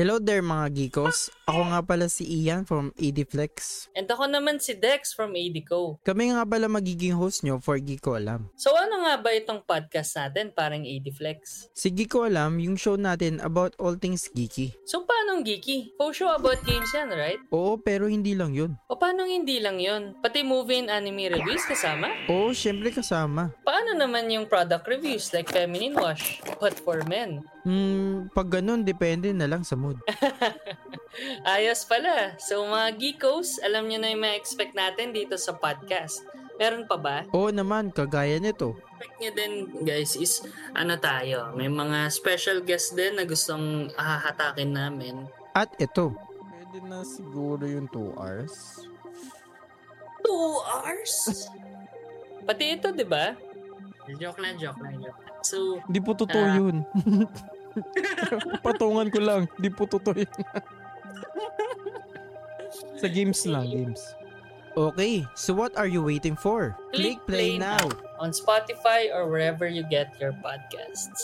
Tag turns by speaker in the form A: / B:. A: Hello there mga geekos. Ako nga pala si Ian from ADFlex.
B: And ako naman si Dex from ADCO.
A: Kami nga pala magiging host nyo for Geek Ko Alam.
B: So ano nga ba itong podcast natin parang ADFlex?
A: Si Geek Ko Alam, yung show natin about all things geeky.
B: So paano ang geeky? Faux show about games yan, right?
A: Oo, pero hindi lang yun.
B: O paano ang hindi lang yon? Pati movie and anime reviews kasama?
A: Oo, syempre kasama.
B: Paano naman yung product reviews like feminine wash, but for men?
A: Hmm, pag ganun, depende na lang sa mood.
B: Ayos pala. So mga geekos, alam nyo na yung mga expect natin dito sa podcast. Meron pa ba?
A: Oo naman, kagaya nito.
B: expect nyo din guys is ano tayo, may mga special guest din na gustong hahatakin namin.
A: At ito. Pwede na siguro yung 2 hours.
B: Two hours? Pati ito, di ba? Joke lang, joke lang, joke lang. So,
A: Di po totoo
B: Ah.
A: yun. Patungan ko lang. Di po totoo yun. Sa games lang, games. Okay, so what are you waiting for?
B: Click play now. on Spotify or wherever you get your podcasts.